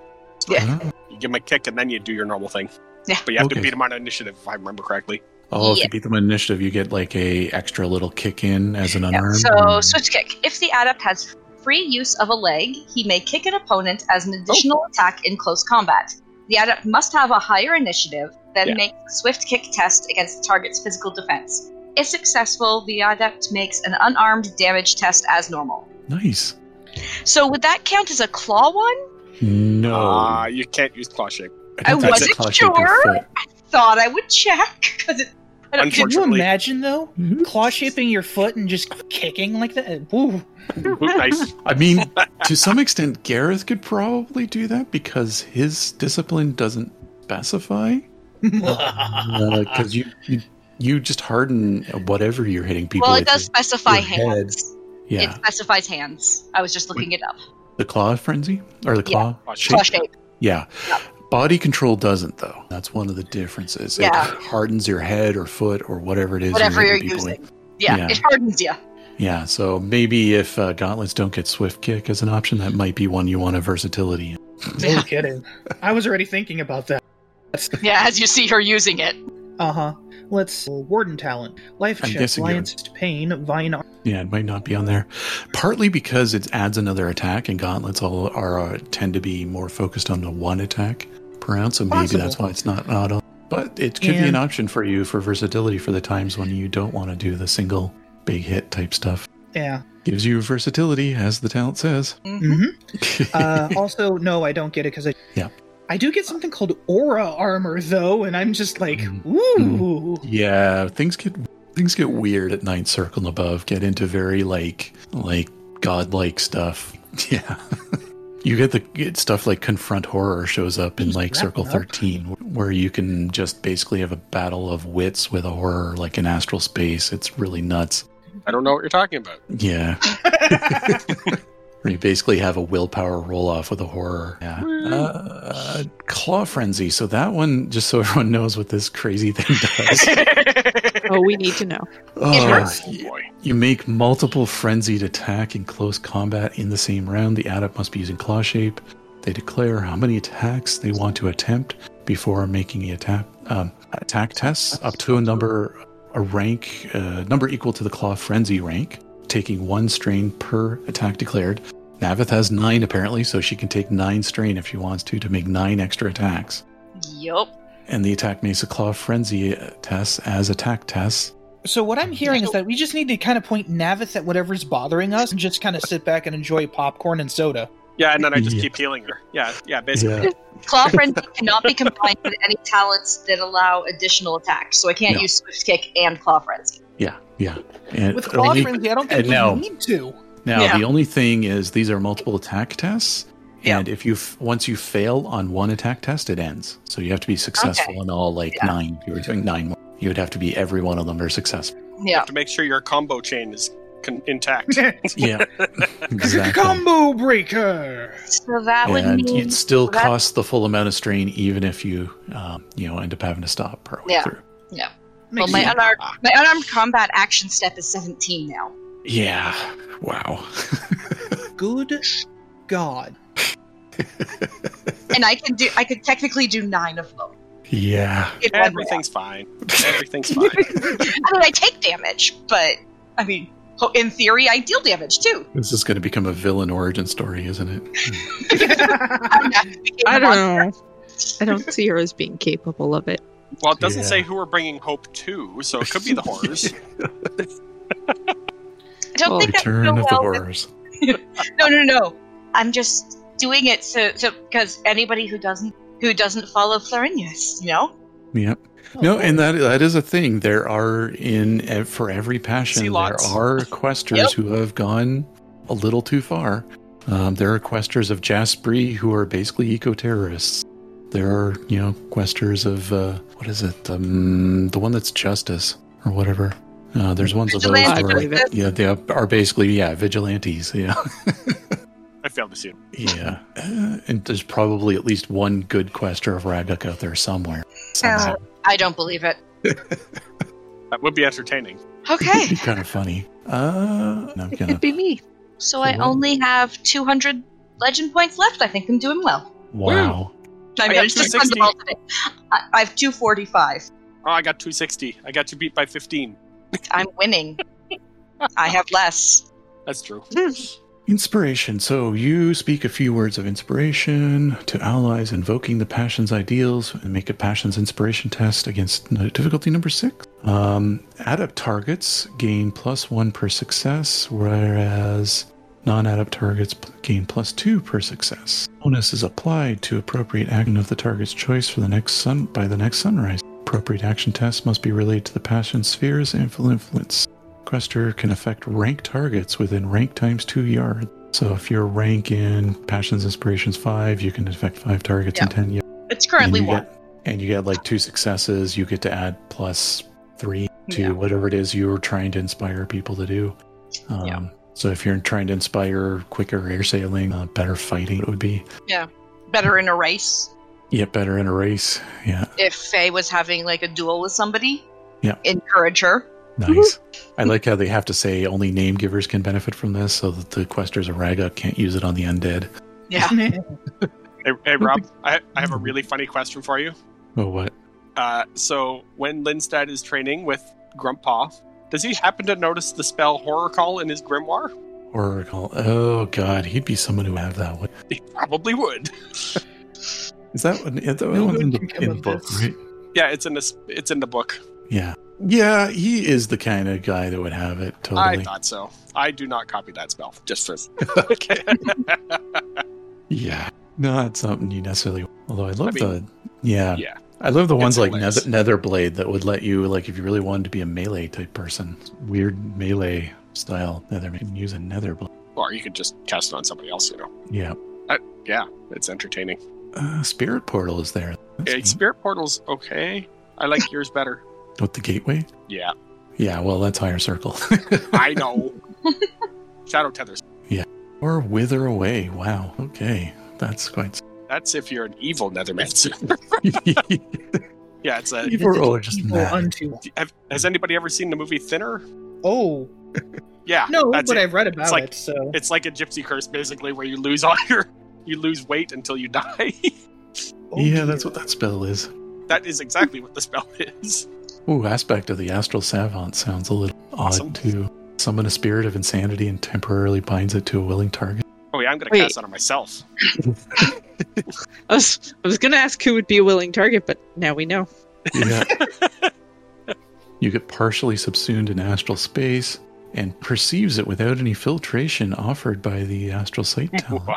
Speaker 2: Yeah.
Speaker 1: Oh.
Speaker 3: You give him a kick, and then you do your normal thing.
Speaker 2: Yeah.
Speaker 3: But you have
Speaker 1: Okay.
Speaker 3: to beat him on initiative, if I remember correctly.
Speaker 1: Oh, if
Speaker 2: Yeah.
Speaker 1: you beat them on initiative, you get like a extra little kick in as an
Speaker 2: Yeah,
Speaker 1: unarmed.
Speaker 2: So,
Speaker 1: Mm.
Speaker 2: Swift Kick. If the adept has free use of a leg, he may kick an opponent as
Speaker 1: Oh.
Speaker 2: an additional attack in close combat. The adept must have a higher initiative, then
Speaker 3: Yeah.
Speaker 2: make a Swift Kick test against the target's physical defense. If successful, the adept makes an unarmed damage test as normal.
Speaker 1: nice.
Speaker 2: So, would that count as a claw one?
Speaker 1: No,
Speaker 3: Uh, you can't use claw shape.
Speaker 1: think
Speaker 2: I
Speaker 1: that's a
Speaker 2: wasn't
Speaker 1: claw-shaped
Speaker 2: sure.
Speaker 1: foot.
Speaker 2: Thought I would check because it. I don't-
Speaker 5: Could you
Speaker 3: Unfortunately.
Speaker 5: imagine though, claw shaping your foot and just kicking like that? Woo.
Speaker 3: Boot knife.
Speaker 1: I mean, to some extent, Gareth could probably do that because his discipline doesn't specify. Because Uh, you, you you just harden whatever you're hitting people.
Speaker 2: well, it
Speaker 1: with.
Speaker 2: does specify
Speaker 1: your head.
Speaker 2: hands. It
Speaker 1: Yeah,
Speaker 2: specifies hands. I was just looking it up.
Speaker 1: the claw frenzy or the claw.
Speaker 3: Claw shape.
Speaker 2: Claw shape.
Speaker 1: Yeah. Body control doesn't though. That's one of the differences.
Speaker 2: Yeah.
Speaker 1: It hardens your head or foot or whatever it is.
Speaker 2: Whatever you're
Speaker 1: hitting people with.
Speaker 2: using. Yeah,
Speaker 1: Yeah.
Speaker 2: it hardens you.
Speaker 1: Yeah, so maybe if uh, gauntlets don't get swift kick as an option, that might be one you want a versatility. in.
Speaker 5: No kidding. I was already thinking about that.
Speaker 2: Yeah, as you see her using it.
Speaker 5: Uh huh. Let's warden talent, life
Speaker 1: I'm
Speaker 5: check,
Speaker 1: guessing you're-
Speaker 5: alliance to pain, vine.
Speaker 1: Yeah, it might not be on there, partly because it adds another attack, and gauntlets all are uh, tend to be more focused on the one attack per round, so maybe that's
Speaker 5: Possible.
Speaker 1: why it's not not on. But it could be an
Speaker 5: And-
Speaker 1: option for you for versatility for the times when you don't want to do the single big hit type stuff.
Speaker 5: Yeah.
Speaker 1: Gives you versatility, as the talent says.
Speaker 5: hmm Uh, also, no, I don't get it because I.
Speaker 1: Yeah.
Speaker 5: I do get something called aura armor though, and I'm just like,
Speaker 1: Mm.
Speaker 5: ooh.
Speaker 1: Yeah, things get things get weird at ninth circle and above. Get into very like like godlike stuff. Yeah. You get the get stuff like confront horror shows up in like
Speaker 5: Wrap
Speaker 1: circle
Speaker 5: it up.
Speaker 1: 13 where you can just basically have a battle of wits with a horror like in astral space. It's really nuts.
Speaker 3: I don't know what you're talking about.
Speaker 1: Yeah. Where you basically have a willpower roll off with a horror. Yeah. Uh, claw frenzy. So that one just so everyone knows what this crazy thing does.
Speaker 4: Oh, we need to know.
Speaker 1: Oh,
Speaker 2: hurts.
Speaker 3: Oh, boy.
Speaker 1: You make multiple frenzied attack in close combat in the same round. The adept must be using claw shape. They declare how many attacks they want to attempt before making the attack um, attack tests up to a number a rank uh, number equal to the claw frenzy rank, taking one strain per attack declared. Navith has nine apparently, so she can take nine strain if she wants to to make nine extra attacks
Speaker 2: Yup.
Speaker 1: and the attack makes a claw frenzy uh, test as attack tests.
Speaker 5: So what I'm hearing is that we just need to kind of point Navith at whatever's bothering us and just kind of sit back and enjoy popcorn and soda.
Speaker 3: Yeah, and then I just
Speaker 1: Yeah.
Speaker 3: keep healing her. Yeah, yeah, basically.
Speaker 2: Claw frenzy cannot be combined with any talents that allow additional attacks, so I can't
Speaker 1: No.
Speaker 2: use Swift Kick and Claw Frenzy.
Speaker 1: Yeah, yeah. And
Speaker 5: With claw
Speaker 1: only-
Speaker 5: frenzy, I don't
Speaker 1: and
Speaker 5: think we
Speaker 1: now-
Speaker 5: need to.
Speaker 1: now
Speaker 2: Yeah.
Speaker 1: the only thing is these are multiple attack tests, and if you f- once you fail on one attack test, it ends. So you have to be successful
Speaker 2: Okay.
Speaker 1: in all like
Speaker 2: Yeah.
Speaker 1: nine. If you were doing nine more, you would have to be every one of them are successful.
Speaker 2: Yeah.
Speaker 3: To make sure your combo chain is con- intact.
Speaker 1: Yeah, exactly.
Speaker 5: Combo breaker.
Speaker 2: So that would
Speaker 1: And
Speaker 2: mean
Speaker 1: it still
Speaker 2: that-
Speaker 1: costs the full amount of strain, even if you, um, you know, end up having to stop partway
Speaker 2: Yeah.
Speaker 1: through.
Speaker 2: well, my unarmed my unarmed combat action step is seventeen now.
Speaker 1: Yeah. Wow.
Speaker 5: Good God.
Speaker 2: And I can do I could technically do nine of them.
Speaker 1: Yeah.
Speaker 2: in one
Speaker 3: Everything's fine. Everything's fine.
Speaker 2: round. I mean, I take damage, but I mean, ho- in theory, I deal damage too.
Speaker 1: This is going to become a villain origin story, isn't it?
Speaker 2: I'm not became a
Speaker 4: I don't
Speaker 2: monster.
Speaker 4: know. I don't see her as being capable of it.
Speaker 3: Well, it doesn't
Speaker 1: Yeah.
Speaker 3: say who we're bringing hope to, so it could be the horrors.
Speaker 2: I don't
Speaker 4: Well,
Speaker 2: think that would
Speaker 1: Return
Speaker 2: go
Speaker 1: of the
Speaker 2: well with-
Speaker 1: Horrors.
Speaker 2: No, no, no. I'm just doing it so so because anybody who doesn't who doesn't follow Florinius, you know.
Speaker 1: Yep.
Speaker 3: Oh,
Speaker 1: No, and that that is a thing. There are in ev- for every passion
Speaker 3: See
Speaker 1: there
Speaker 3: lots.
Speaker 1: are questers
Speaker 2: Yep.
Speaker 1: who have gone a little too far. Um, there are questers of Jaspri who are basically eco terrorists. There are you know questers of uh, what is it um, the one that's Justice or whatever. Uh, there's ones of those
Speaker 2: Vigilante
Speaker 1: where
Speaker 4: justice.
Speaker 1: yeah they are basically yeah vigilantes yeah.
Speaker 3: I failed to see him.
Speaker 1: Yeah, uh, and there's probably at least one good quester of Raguk out there somewhere. somehow.
Speaker 2: I don't believe it.
Speaker 3: That would be entertaining.
Speaker 1: It'd be
Speaker 2: Okay,
Speaker 1: kind of funny. Uh, and I'm
Speaker 4: It
Speaker 1: gonna
Speaker 4: could be me.
Speaker 2: so I only have 200 legend points left. I think I'm doing well.
Speaker 1: wow.
Speaker 2: I
Speaker 3: got
Speaker 2: managed to spend
Speaker 3: 260.
Speaker 2: them all today. I, I have 245.
Speaker 3: Oh, I got 260. I got you beat by 15.
Speaker 2: I'm winning. I have less.
Speaker 3: That's true.
Speaker 1: Inspiration. So you speak a few words of inspiration to allies, invoking the passion's ideals, and make a passion's inspiration test against n- difficulty number six. Um, adept targets gain plus one per success, whereas non-adept targets p- gain plus two per success. Bonus is applied to appropriate action of the target's choice for the next sun by the next sunrise. Appropriate action tests must be related to the passion sphere's influ- influence. Quester can affect rank targets within rank times two yards. So if you're rank in Passions Inspirations five, you can affect five targets in
Speaker 2: Yeah.
Speaker 1: ten yards.
Speaker 2: It's currently
Speaker 1: and you
Speaker 2: one.
Speaker 1: Get, and you get like two successes. You get to add plus three to
Speaker 2: Yeah.
Speaker 1: whatever it is you were trying to inspire people to do. Um,
Speaker 2: Yeah.
Speaker 1: So if you're trying to inspire quicker air sailing, uh, better fighting, it would be.
Speaker 2: Better in a race.
Speaker 1: Yet better in a race. Yeah,
Speaker 2: If Faye was having like a duel with somebody,
Speaker 1: Yeah.
Speaker 2: encourage her.
Speaker 1: nice. I like how they have to say only name givers can benefit from this, so that the questers of Raga can't use it on the undead.
Speaker 2: Yeah.
Speaker 3: Hey, hey Rob, I, I have a really funny question for you.
Speaker 1: Oh, what?
Speaker 3: Uh, so, when Lindstad is training with Grumpaw, does he happen to notice the spell Horror Call in his grimoire?
Speaker 1: Oracle. Oh God, he'd be someone who would have that one.
Speaker 3: He probably would.
Speaker 1: Is that one? Is that one
Speaker 5: No one
Speaker 1: in the,
Speaker 5: can come
Speaker 1: in
Speaker 5: up
Speaker 1: the book,
Speaker 5: with-
Speaker 1: right?
Speaker 3: Yeah, it's in this. It's in the book.
Speaker 1: Yeah, yeah. He is the kind of guy that would have it
Speaker 3: I
Speaker 1: totally.
Speaker 3: thought so. I do not copy that spell. Just for.
Speaker 1: Yeah, not something you necessarily. Although I love
Speaker 3: mean,
Speaker 1: the. Yeah,
Speaker 3: yeah.
Speaker 1: I love the ones like
Speaker 3: hilarious.
Speaker 1: Nether, Netherblade that would let you like if you really wanted to be a melee type person, weird melee style Netherblade, you can use a Netherblade.
Speaker 3: or you could just cast it on somebody else. You know,
Speaker 1: Yeah,
Speaker 3: it's entertaining.
Speaker 1: uh, Spirit Portal is there. That's
Speaker 3: Hey,
Speaker 1: neat.
Speaker 3: Spirit portals okay. I like yours better.
Speaker 1: With the gateway.
Speaker 3: Yeah,
Speaker 1: Yeah, well, that's higher circle.
Speaker 3: I know. Shadow tethers.
Speaker 1: or wither away. Wow. Okay, that's quite.
Speaker 3: That's if you're an evil Nethermancer. yeah, it's a.
Speaker 1: People are just
Speaker 5: Evil
Speaker 1: mad.
Speaker 5: unto.
Speaker 3: Have, has anybody ever seen the movie Thinner?
Speaker 5: Oh
Speaker 3: Yeah,
Speaker 5: no,
Speaker 3: that's
Speaker 5: but
Speaker 3: it.
Speaker 5: I've read about
Speaker 3: like-
Speaker 5: it. So
Speaker 3: It's like a gypsy curse, basically, where you lose all your, you lose weight until you die.
Speaker 5: Oh,
Speaker 1: yeah,
Speaker 5: dear.
Speaker 1: that's what that spell is.
Speaker 3: that is exactly what the spell is.
Speaker 1: Ooh, aspect of the astral savant sounds a little
Speaker 3: Awesome.
Speaker 1: odd too. Summon a spirit of insanity and temporarily binds it to a willing target.
Speaker 3: Oh yeah, I'm gonna
Speaker 4: Wait.
Speaker 3: cast that on myself.
Speaker 4: I was, I was going to ask who would be a willing target, but now we know.
Speaker 1: Yeah. you get partially subsumed in astral space and perceives it without any filtration offered by the astral sight talent.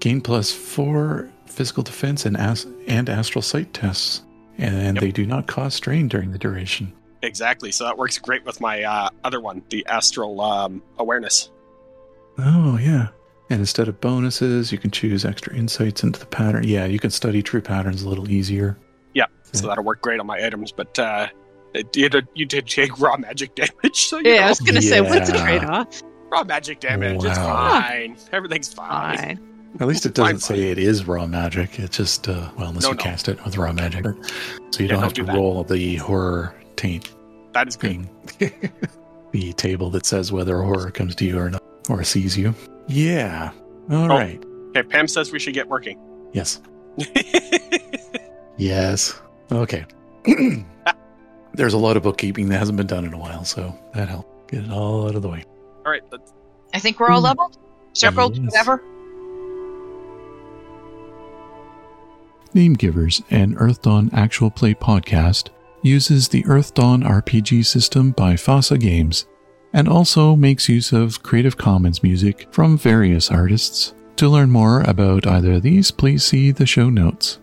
Speaker 1: Gain plus four physical defense and as- and astral sight tests, and
Speaker 3: Yep.
Speaker 1: they do not cause strain during the duration.
Speaker 3: exactly. So that works great with my uh, other one, the astral um, awareness.
Speaker 1: Oh, yeah. And instead of bonuses, you can choose extra insights into the pattern. Yeah, you can study true patterns a little easier.
Speaker 3: Yeah,
Speaker 1: Yeah.
Speaker 3: so that'll work great on my items. But uh, it, you, did, you did take raw magic damage, so you
Speaker 4: Yeah, I
Speaker 3: know,
Speaker 4: was going to say, what's the
Speaker 1: Yeah.
Speaker 4: trade off?
Speaker 3: raw magic damage. It's
Speaker 1: Wow.
Speaker 3: fine. Everything's fine.
Speaker 4: Fine.
Speaker 1: At least it
Speaker 3: Fine,
Speaker 1: doesn't say
Speaker 3: fine.
Speaker 1: it is raw magic. It's just, uh, well, unless
Speaker 3: No,
Speaker 1: you
Speaker 3: no.
Speaker 1: cast it with raw magic. But- so you
Speaker 3: Yeah,
Speaker 1: don't have
Speaker 3: don't
Speaker 1: to
Speaker 3: do that.
Speaker 1: roll the horror taint
Speaker 3: That is good.
Speaker 1: thing. the table that says whether horror comes to you or not, or sees you.
Speaker 3: Oh,
Speaker 1: Yeah. All right.
Speaker 3: Okay, Pam says we should get working.
Speaker 1: Yes.
Speaker 6: Yes. Okay. There's a lot of bookkeeping that hasn't been done in a while, so that helped get it all out of the way.
Speaker 3: All right, let's,
Speaker 2: I think we're all
Speaker 6: Hmm.
Speaker 2: leveled, circled,
Speaker 6: Yes.
Speaker 2: whatever.
Speaker 1: Name Givers, an Earth Dawn actual play podcast, uses the Earth Dawn RPG system by FASA Games and also makes use of Creative Commons music from various artists. To learn more about either of these, please see the show notes.